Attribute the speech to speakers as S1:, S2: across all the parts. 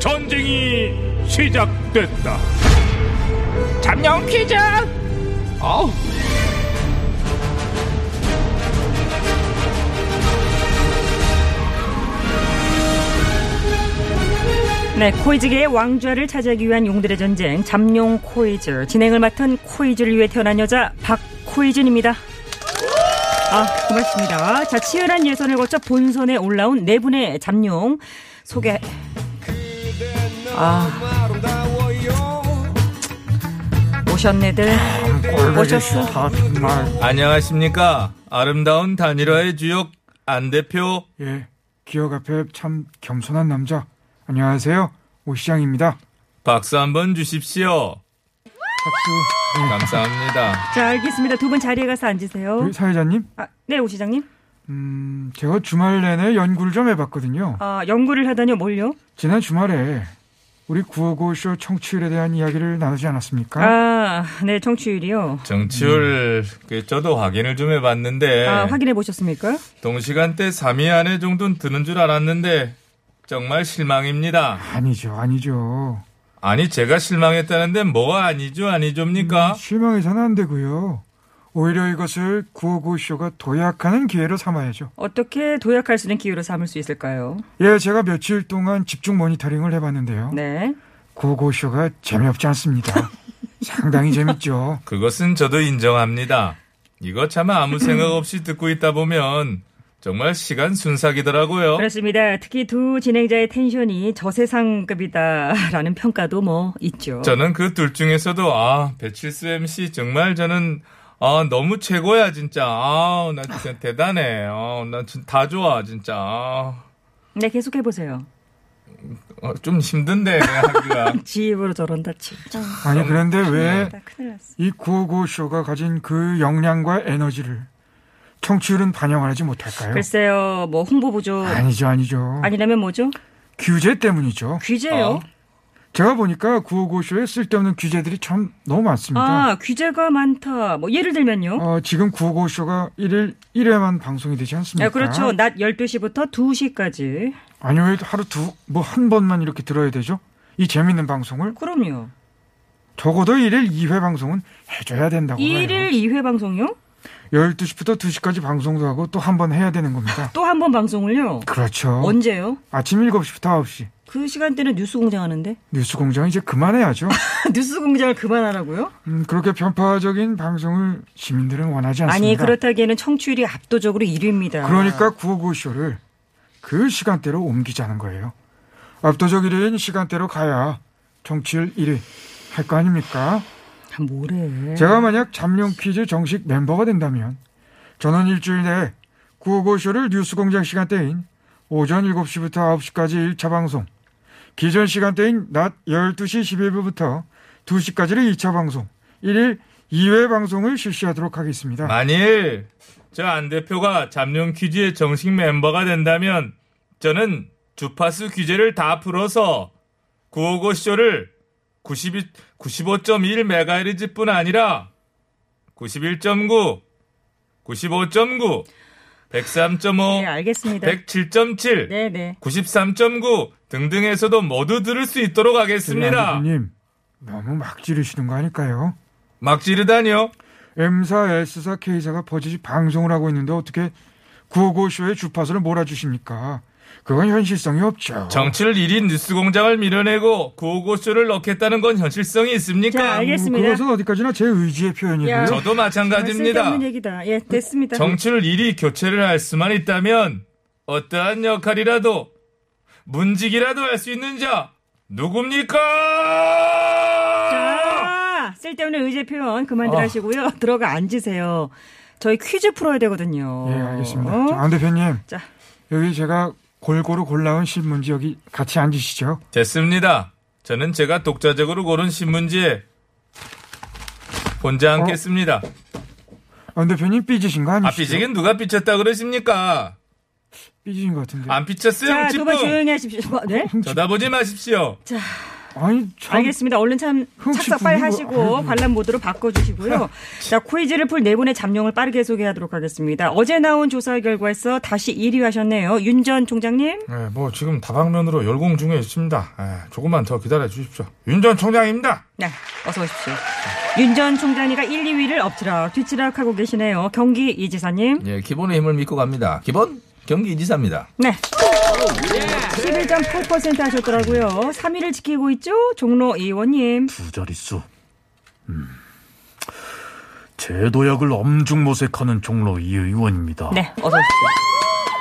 S1: 전쟁이 시작됐다. 잠룡 퀴즈! 아우.
S2: 네, 코이즈계의 왕좌를 차지하기 위한 용들의 전쟁 잠룡 코이즈 진행을 맡은 코이즈를 위해 태어난 여자 박코이즈입니다. 아, 고맙습니다. 자, 치열한 예선을 거쳐 본선에 올라온 네 분의 잠룡 소개 아, 오셨네들 오셨어.
S3: 안녕하십니까. 아름다운 단일화의 주역 안 대표.
S4: 예, 기억 앞에 참 겸손한 남자. 안녕하세요, 오 시장입니다.
S3: 박수 한번 주십시오.
S2: 음.
S4: 박수.
S3: 감사합니다.
S2: 자, 알겠습니다. 두 분 자리에 가서 앉으세요.
S4: 네, 사회자님,
S2: 아, 네, 오 시장님.
S4: 음, 제가 주말 내내 연구를 좀 해봤거든요.
S2: 아, 연구를 하다뇨, 뭘요?
S4: 지난 주말에 우리 구호고 쇼 청취율에 대한 이야기를 나누지 않았습니까?
S2: 아, 네, 청취율이요.
S3: 정치율, 그 저도 확인을 좀 해봤는데,
S2: 음. 아, 확인해 보셨습니까?
S3: 동시간대 3위 안에 정도는 드는 줄 알았는데, 정말 실망입니다.
S4: 아니죠, 아니죠.
S3: 아니, 제가 실망했다는데 뭐가 아니죠, 아니죠입니까?
S2: 음.
S4: 실망해서는 안 되고요. 오히려 이것을 구호고 쇼가 도약하는 기회로 삼아야죠.
S2: 어떻게 도약할 수 있는 기회로 삼을 수 있을까요?
S4: 예, 제가 며칠 동안 집중 모니터링을 해봤는데요.
S2: 네.
S4: 구호고 쇼가 재미없지 않습니다. 상당히 재밌죠.
S3: 그것은 저도 인정합니다. 이거 차마 아무 생각 없이 듣고 있다 보면, 정말 시간
S4: 어?
S2: 그렇죠.
S3: 순삭이더라고요.
S2: 그렇습니다. 특히 두 진행자의 텐션이 저세상급이다라는 평가도 뭐 있죠.
S3: 저는 그 둘 중에서도 아 배칠수 MC 정말 저는 아 너무 최고야 진짜 아나 진짜 대단해 아나다 좋아 진짜 아,
S2: 네, 계속해 보세요.
S3: 어, 좀 힘든데 하기가
S2: 지입으로 저런다 진짜.
S4: 아니 그런데 왜
S2: 나 큰일 났어.
S4: 이 구호고쇼가 가진 그 역량과 에너지를 청취율은 반영하지 못할까요?
S2: 글쎄요, 뭐 홍보 부족
S4: 아니죠, 아니죠.
S2: 아니라면 뭐죠?
S4: 규제 때문이죠.
S2: 규제요.
S3: 어.
S4: 제가 보니까 구호고쇼에 쓸데없는 규제들이 참 너무 많습니다.
S2: 아, 규제가 많다. 뭐 예를 들면요.
S4: 어, 지금 구호고쇼가 1일 1회만 방송이 되지 않습니까?
S2: 야, 그렇죠. 낮 12시부터 2시까지.
S4: 아니 왜 하루 두 뭐 한 번만 이렇게 들어야 되죠? 이 재밌는 방송을
S2: 그럼요.
S4: 적어도 1일 2회 방송은 해줘야 된다고
S2: 일
S4: 봐요.
S2: 1일 2회 방송요?
S4: 12시부터 2시까지 방송도 하고 또 한 번 해야 되는 겁니다.
S2: 또 한 번 방송을요?
S4: 그렇죠.
S2: 아, 언제요?
S4: 아침 7시부터 9시.
S2: 그 시간대는 뉴스 공장 하는데?
S4: 뉴스 공장 이제 그만해야죠.
S2: 뉴스 공장을 그만하라고요?
S4: 음, 그렇게 편파적인 방송을 시민들은 원하지 않습니다.
S2: 아니, 그렇죠. 그렇다기에는 청취율이 압도적으로 1위입니다.
S4: 러니까 구호구쇼를 그 시간대로 옮기자는 거예요. 압도적 1위인 시간대로 가야 정치율 1위 할 거 아닙니까?
S2: 아, 뭐래.
S4: 음. 제가 만약 잠룡 퀴즈 정식 멤버가 된다면 저는 일주일 내에 구호구쇼를 뉴스공장 시간대인 오전 7시부터 9시까지 1차 방송, 기존 시간대인 낮 12시 11분부터 2시까지를 2차 방송, 1일 2회 방송을 실시하도록 하겠습니다.
S3: 만일 저 안 대표가 잠룡 퀴즈의 정식 멤버가 된다면 저는 주파수 규제를 다 풀어서 구호고 쇼를 92, 95.1MHz뿐 아니라 91.9, 95.9, 103.5,
S2: 네, 알겠습니다.
S3: 107.7,
S2: 네네.
S3: 93.9 등등에서도 모두 들을 수 있도록 하겠습니다.
S4: 님 너무 막 지르시는 거 아닐까요?
S3: 막 지르다니요?
S4: M사, S사, K사가 버젓이 방송을 하고 있는데 어떻게 구호고쇼의 주파수를 몰아주십니까? 그건 현실성이 없죠.
S3: 정치를 1인 뉴스공장을 밀어내고 구호고쇼를 넣겠다는 건 현실성이 있습니까?
S2: 자, 알겠습니다.
S4: 음, 그것은 어디까지나 제 의지의
S2: 야.
S4: 표현이고요.
S3: 저도 마찬가지입니다.
S2: 쓸데없는 얘기다. 예, 됐습니다.
S3: 정치를 1위 교체를 할 수만 있다면 어떠한 역할이라도 문직이라도 할 수 있는 자 누굽니까?
S2: 자, 쓸데없는 의제 표현 그만들
S3: 아.
S2: 하시고요. 들어가 앉으세요. 저희 퀴즈 풀어야 되거든요.
S4: 예, 알겠습니다.
S2: 어?
S4: 자, 안 대표님.
S2: 자.
S4: 여기 제가 골고루 골라온 신문지 여기 같이 앉으시죠.
S3: 됐습니다. 저는 제가 독자적으로 고른 신문지에 본지
S2: 어?
S3: 않겠습니다.
S2: 음,
S4: 안 아, 대표님 삐지신 거
S3: 아,
S4: 아니시죠?
S3: 삐지긴 누가 삐쳤다 그러십니까?
S4: 삐지신 것 같은데.
S3: 안 삐쳤어요,
S2: 자,
S3: 찌
S2: 두 분
S3: 뿡
S2: 조용히 하십시오. 뭐, 네?
S3: 쳐다보지 마십시오.
S4: 아니 참
S2: 알겠습니다. 얼른 참
S4: 혹시
S2: 착삭 빨리
S4: 분위기-
S2: 하시고
S4: 아이고.
S2: 관람 모드로 바꿔주시고요. 자 퀴즈를 풀 네 분의 잠룡을 빠르게 소개하도록 하겠습니다. 어제 나온 조사 결과에서 다시 1위 하셨네요. 윤 전 총장님,
S3: 네, 뭐 지금 다방면으로 열공 중에 있습니다. 네, 조금만 더 기다려 주십시오. 윤 전 총장입니다.
S2: 네, 어서 오십시오. 윤 전 총장이가 1, 2위를 엎치락 뒤치락 하고 계시네요. 경기 이지사님,
S5: 예, 기본의 힘을 믿고 갑니다. 기본 경기 이지사입니다.
S2: 네. 11.8% 하셨더라고요. 3위를 지키고 있죠? 종로 의원님.
S6: 두 자릿수. 음. 제도약을 엄중 모색하는 종로 이 의원입니다.
S2: 네, 어서 오십시오.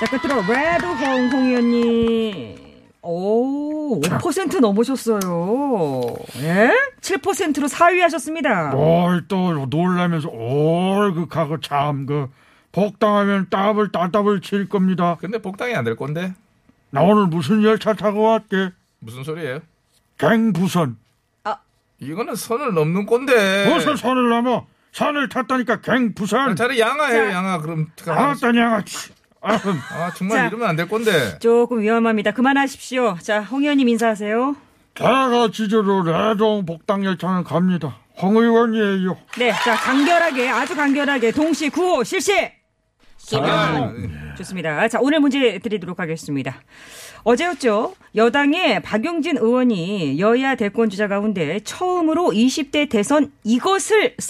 S2: 자, 끝으로 레드홍 홍 의원님. 오, 5% 넘으셨어요. 예? 7%로 4위 하셨습니다.
S4: 뭘또 놀라면서 얼그하고 참그 복당하면 따블 따따블 칠 겁니다.
S3: 근데 복당이 안 될 건데
S4: 나 오늘 무슨 열차 타고 왔게?
S3: 무슨 소리예요?
S4: 갱부선.
S3: 이거는 선을 넘는 건데.
S4: 무슨 선을 넘어? 선을 탔다니까 갱부선.
S3: 차라리 네. 양아해요, 양아. 그럼
S4: 알았다니 양아치. 아,
S3: 아 정말
S2: 자.
S3: 이러면 안 될 건데.
S2: 조금 위험합니다. 그만하십시오. 자, 홍 의원님 인사하세요.
S4: 제가 지지로 레동 복당 열차는 갑니다. 홍 의원이에요.
S2: 네, 자, 간결하게, 아주 간결하게, 동시 구호 실시!
S3: 아,
S2: 좋습니다. 자, 오늘 문제 드리도록 하겠습니다. 어제였죠. 여당의 박용진 의원이 여야 대권 주자 가운데 처음으로 20대 대선 이것을
S3: 기본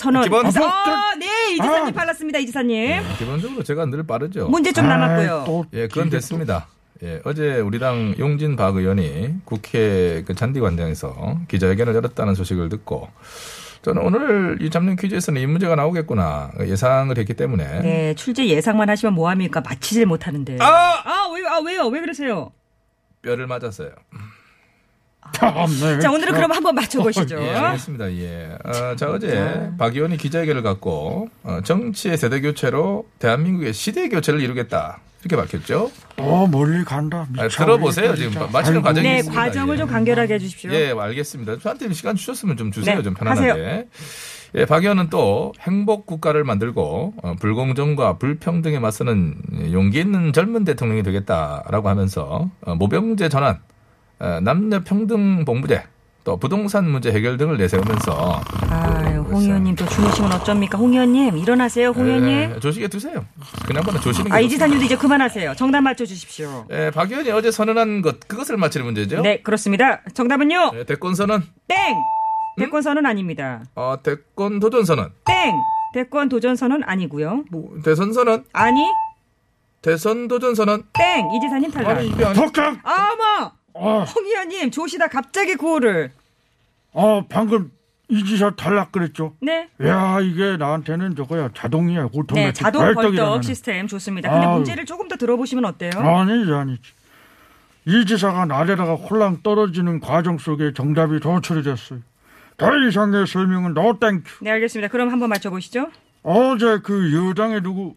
S2: 선언해서
S4: 법-
S2: 아, 네, 이지사님
S4: 아.
S2: 발랐습니다.
S5: 네.
S2: 이지사님.
S5: 예, 기본적으로 제가 늘 빠르죠.
S2: 문제 좀
S4: 아이,
S2: 남았고요.
S4: 또
S5: 예, 그건 됐습니다. 예, 어제 우리랑 용진 박 의원이 국회 그 잔디관장에서 기자회견을 열었다는 소식을 듣고 저는 오늘 이 잡는 퀴즈에서는 이 문제가 나오겠구나 예상을 했기 때문에
S2: 네, 출제 예상만 하시면 뭐 합니까? 맞히질 못하는데. 아,
S3: 아!
S2: 왜, 아 왜요? 왜 그러세요?
S5: 뼈를 맞았어요.
S4: 참네.
S2: 자, 오늘은 그럼 한번 맞춰 보시죠.
S5: 예, 알겠습니다. 예. 어, 자, 어제 박 의원이 기자회견을 갖고 어, 정치의 세대 교체로 대한민국의 시대 교체를 이루겠다. 이렇게 밝혔죠.
S4: 어 멀리 간다.
S5: 아, 들어보세요. 지금 마치는 과정이
S2: 네,
S5: 알겠습니다.
S2: 과정을
S5: 예.
S2: 좀 간결하게 해 주십시오.
S5: 예, 알겠습니다. 저한테 시간 주셨으면 좀 주세요.
S2: 네,
S5: 좀 편안하게. 예, 박 의원은 또 행복 국가를 만들고 어, 불공정과 불평등에 맞서는 용기 있는 젊은 대통령이 되겠다라고 하면서 어, 모병제 전환, 어, 남녀 평등 봉부제, 또 부동산 문제 해결 등을 내세우면서
S2: 아유, 홍 의원님 또 주무시면 어쩝니까? 홍 의원님, 일어나세요, 홍 의원님.
S5: 예, 조식에 드세요. 그냥보다 조시는 게
S2: 아,
S5: 좋습니다.
S2: 이지사님도 이제 그만하세요. 정답 맞춰주십시오.
S5: 예, 박 의원이 어제 선언한 것 그것을 맞히는 문제죠.
S2: 네, 그렇습니다. 정답은요.
S3: 네.
S5: 예, 대권 선언,
S2: 땡! 대권 선언 아닙니다.
S5: 어, 대권 도전 선언,
S2: 땡! 대권 도전 선언 아니고요.
S5: 뭐, 대선 선언,
S2: 아니,
S5: 대선 도전 선언.
S2: 땡! 이지사님 탈락.
S5: 아니 이게 아니.
S4: 독장.
S2: 어머!
S4: 어,
S2: 홍 의원님, 조시다 갑자기 구호를.
S4: 어 방금 이지사 탈락 그랬죠.
S2: 네.
S4: 야 이게 나한테는 저거야 자동이야 오토매틱
S2: 네, 자동
S4: 벌떡이라는.
S2: 벌떡 시스템 좋습니다. 근데
S4: 아유.
S2: 문제를 조금 더 들어보시면 어때요?
S4: 아니지 아니지 이지사가 나대다가 홀랑 떨어지는 과정 속에 정답이 도출이 됐어요 더 이상의 설명은 노 땡큐
S2: 네, 알겠습니다. 그럼 한번 맞춰보시죠.
S4: 어제 그 여당의 누구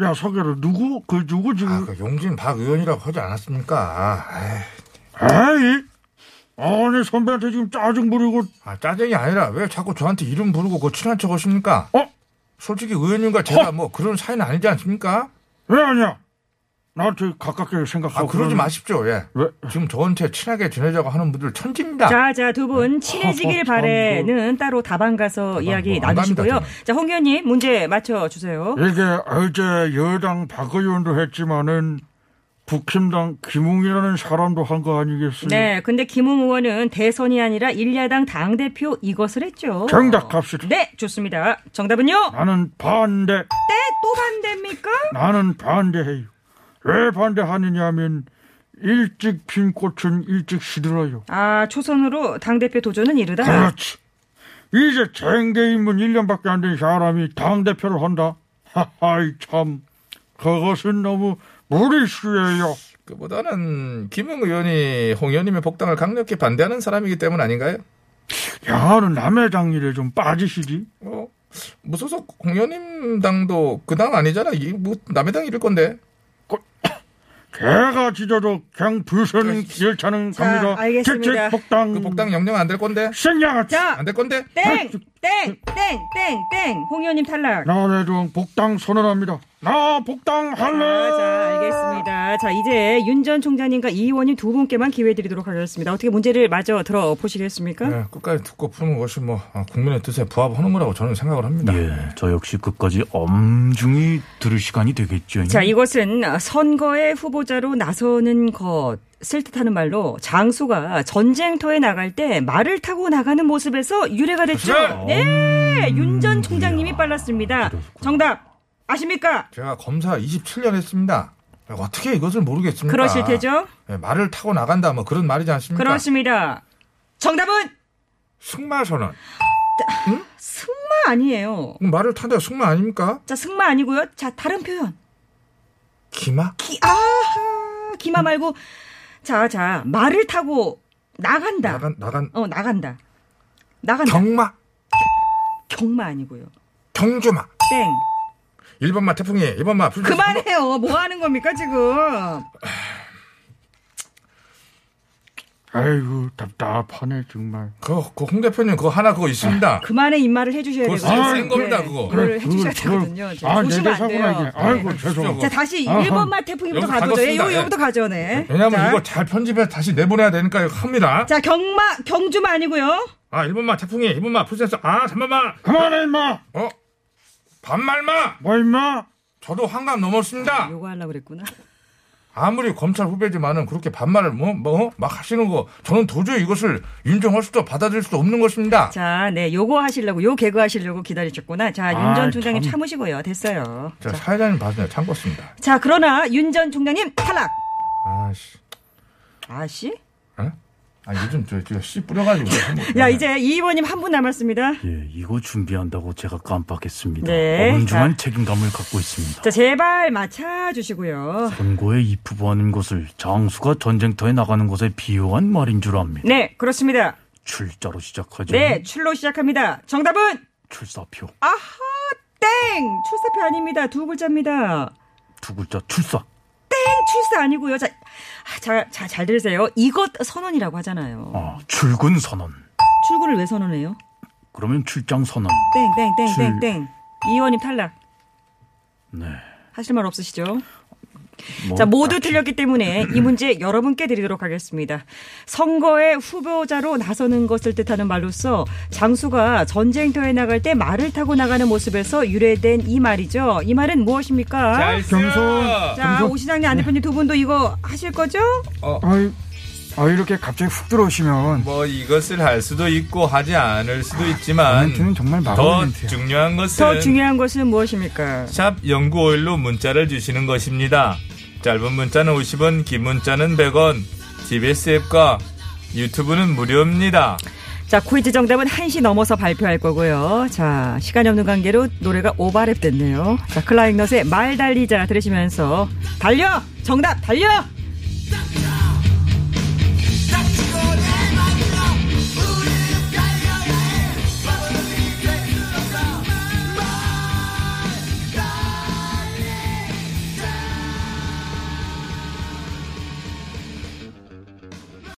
S4: 야 서계로 누구 그 누구
S3: 아,
S4: 지금
S3: 그 용진 박 의원이라고 하지 않았습니까? 아, 에이,
S4: 에이 아니 선배한테 지금 짜증 부리고
S3: 아, 짜증이 아니라 왜 자꾸 저한테 이름 부르고 그 친한 척 하십니까?
S4: 어?
S3: 솔직히 의원님과 제가 뭐 그런 사이는 아니지 않습니까?
S4: 왜 아니야 나한테 가깝게
S3: 아,
S4: 생각하고
S3: 그러지
S4: 그러면-
S3: 마십시오. 예.
S4: 왜?
S3: 지금 저한테 친하게 지내자고 하는 분들 천지입니다.
S2: 자, 자, 두 분 친해지길
S4: 어,
S2: 바래는 따로 다방 가서 이야기
S3: 뭐안
S2: 나누시고요.
S3: 갑니다,
S2: 자, 홍 의원님, 문제 맞춰주세요.
S4: 이게 어제 여당 박 의원도 했지만은 국힘당 김웅이라는 사람도 한 거 아니겠어요?
S2: 네, 근데 김웅 의원은 대선이 아니라 일야당 당대표 이것을 했죠.
S4: 정답 갑시다.
S2: 네, 좋습니다. 정답은요?
S4: 나는 반대,
S2: 네, 또 반대입니까?
S4: 나는 반대해요. 왜 반대하느냐 하면 일찍 핀 꽃은 일찍 시들어요.
S2: 아, 초선으로 당대표 도전은 이르다.
S4: 그렇지. 이제 쟁계 입문 1년밖에 안 된 사람이 당대표를 한다? 하하이 참. 그것은 너무 무리수예요.
S5: 그보다는 김웅 의원이 홍 의원님의 복당을 강력히 반대하는 사람이기 때문 아닌가요?
S4: 야는 남의 당일에 좀 빠지시지.
S5: 어, 무소속
S3: 뭐
S5: 홍 의원님 당도 그 당 아니잖아. 이뭐 남의 당 이럴 건데.
S4: 개가 짖어도 그냥 불선 열차는
S2: 자,
S4: 갑니다.
S2: 알겠습니다.
S4: 칙칙 복당.
S5: 그 복당 영영 안 될 건데?
S4: 생략.
S2: 자,
S5: 안 될 건데?
S2: 땡! 땡! 땡! 땡! 땡! 홍 의원님 탈락.
S4: 나 내종 복당 선언합니다. 나 복당 할래.
S2: 아, 자, 알겠습니다. 자, 이제 윤 전 총장님과 이 의원님 두 분께만 기회 드리도록 하겠습니다. 어떻게 문제를 마저 들어보시겠습니까?
S3: 예, 끝까지 듣고 푸는 것이 뭐 아, 국민의 뜻에 부합하는 거라고 저는 생각을 합니다.
S6: 예, 저 역시 끝까지 엄중히 들을 시간이 되겠죠.
S2: 자, 이것은 선거의 후보자로 나서는 것을 뜻하는 말로 장수가 전쟁터에 나갈 때 말을 타고 나가는 모습에서 유래가 됐죠. 네, 윤 전 총장님이 빨랐습니다. 정답 아십니까?
S3: 제가 검사 27년 했습니다. 어떻게 이것을 모르겠습니까?
S2: 그러실 테죠.
S3: 예, 말을 타고 나간다 뭐 그런 말이지 않습니까?
S2: 그렇습니다. 정답은
S3: 승마 선언.
S2: 승마 아니에요.
S3: 그럼 말을 타다 승마 아닙니까?
S2: 자, 승마 아니고요. 자, 다른 표현.
S3: 기마?
S2: 기, 아, 기마 말고 자, 자, 말을 타고 나간다.
S3: 나간 나간
S2: 어, 나간다. 나간다.
S3: 경마?
S2: 경마 아니고요.
S3: 경주마?
S2: 땡.
S3: 1번마 태풍이 2번마 불
S2: 그만해요. 뭐 하는 겁니까 지금?
S4: 아이고 답답하네 정말.
S3: 그, 그 홍 대표님 그거 하나 그거 있습니다.
S2: 그만해 입말을 해주셔야
S3: 그거
S2: 되거든요. 네.
S3: 센 겁니다, 그거.
S2: 그걸 해주셔야
S4: 그걸-
S2: 되거든요. 좀
S4: 아,
S2: 조심하면
S4: 내게
S2: 안
S4: 사고나
S2: 돼요.
S4: 이게. 아이고
S2: 네.
S4: 죄송.
S2: 자 다시
S4: 아하.
S2: 1번만 태풍이부터
S3: 여기서
S2: 가죠. 예,
S3: 가겠습니다.
S2: 요, 요부터 가죠. 네.
S3: 왜냐하면
S2: 자,
S3: 이거 잘 편집해 다시 내보내야 되니까 이거 합니다.
S2: 자 경마 경주마 아니고요.
S3: 아 1번마 태풍이 2번마 풀센서 아 3번마
S4: 그만해 임마.
S3: 어? 반말마!
S4: 뭐 임마.
S3: 저도 한강 넘었습니다.
S2: 요거 하려고 그랬구나.
S3: 아무리 검찰 후배지만은 그렇게 반말을 뭐, 뭐, 막 하시는 거, 저는 도저히 이것을 인정할 수도 받아들일 수도 없는 것입니다.
S2: 자, 네, 요거 하시려고, 요 개그 하시려고 기다리셨구나. 자, 윤 전
S4: 아,
S2: 총장님
S4: 참.
S2: 참으시고요. 됐어요.
S3: 자,
S2: 자,
S3: 사회자님 봐주세요. 참고했습니다.
S2: 자, 그러나 윤 전 총장님 탈락!
S3: 아씨.
S2: 아씨?
S3: 아, 요즘 저, 저, 씨 뿌려가지고.
S2: 야,
S4: 네.
S2: 이제 이의원님 한 분 남았습니다.
S6: 예, 이거 준비한다고 제가 깜빡했습니다.
S2: 네,
S6: 엄중한
S2: 자.
S6: 책임감을 갖고 있습니다.
S2: 자, 제발 맞춰주시고요.
S6: 선거에 입후보하는 것을 장수가 전쟁터에 나가는 것에 비유한 말인 줄 압니다.
S2: 네, 그렇습니다.
S6: 출자로 시작하죠.
S2: 네, 출로 시작합니다. 정답은
S6: 출사표.
S2: 땡! 출사표 아닙니다. 두 글자입니다.
S6: 두 글자 출사.
S2: 땡! 출사 아니고요. 자, 아, 자, 자, 잘 들으세요. 이것 선언이라고 하잖아요.
S6: 어, 출근 선언.
S2: 출구를 왜 선언해요?
S6: 그러면 출장 선언.
S2: 땡, 땡, 땡, 땡,
S6: 출-
S2: 땡. 이의원님 탈락.
S6: 네.
S2: 하실 말 없으시죠?
S6: 뭐
S2: 자, 모두
S6: 딱히
S2: 틀렸기 때문에 이 문제 여러분께 드리도록 하겠습니다. 선거에 후보자로 나서는 것을 뜻하는 말로서 장수가 전쟁터에 나갈 때 말을 타고 나가는 모습에서 유래된 이 말이죠. 이 말은 무엇입니까?
S4: 경선.
S2: 자, 오 시장님, 안 대표님 두 분도 이거 하실 거죠?
S4: 아이, 아 이렇게 갑자기 훅 들어오시면
S5: 뭐 이것을 할 수도 있고 하지 않을 수도 있지만
S4: 멘트는 정말
S5: 더
S4: 마법의 멘트야.
S5: 중요한
S2: 더
S3: 네.
S5: 것은
S2: 중요한 것은 무엇입니까?
S5: 샵 0951로 문자를 주시는 것입니다. 짧은 문자는 50원, 긴 문자는 100원. TBS 앱과 유튜브는 무료입니다.
S2: 자, 퀴즈 정답은 1시 넘어서 발표할 거고요. 자, 시간이 없는 관계로 노래가 오바랩 됐네요. 자, 클라잉넛의 말 달리자 들으시면서 달려! 정답 달려!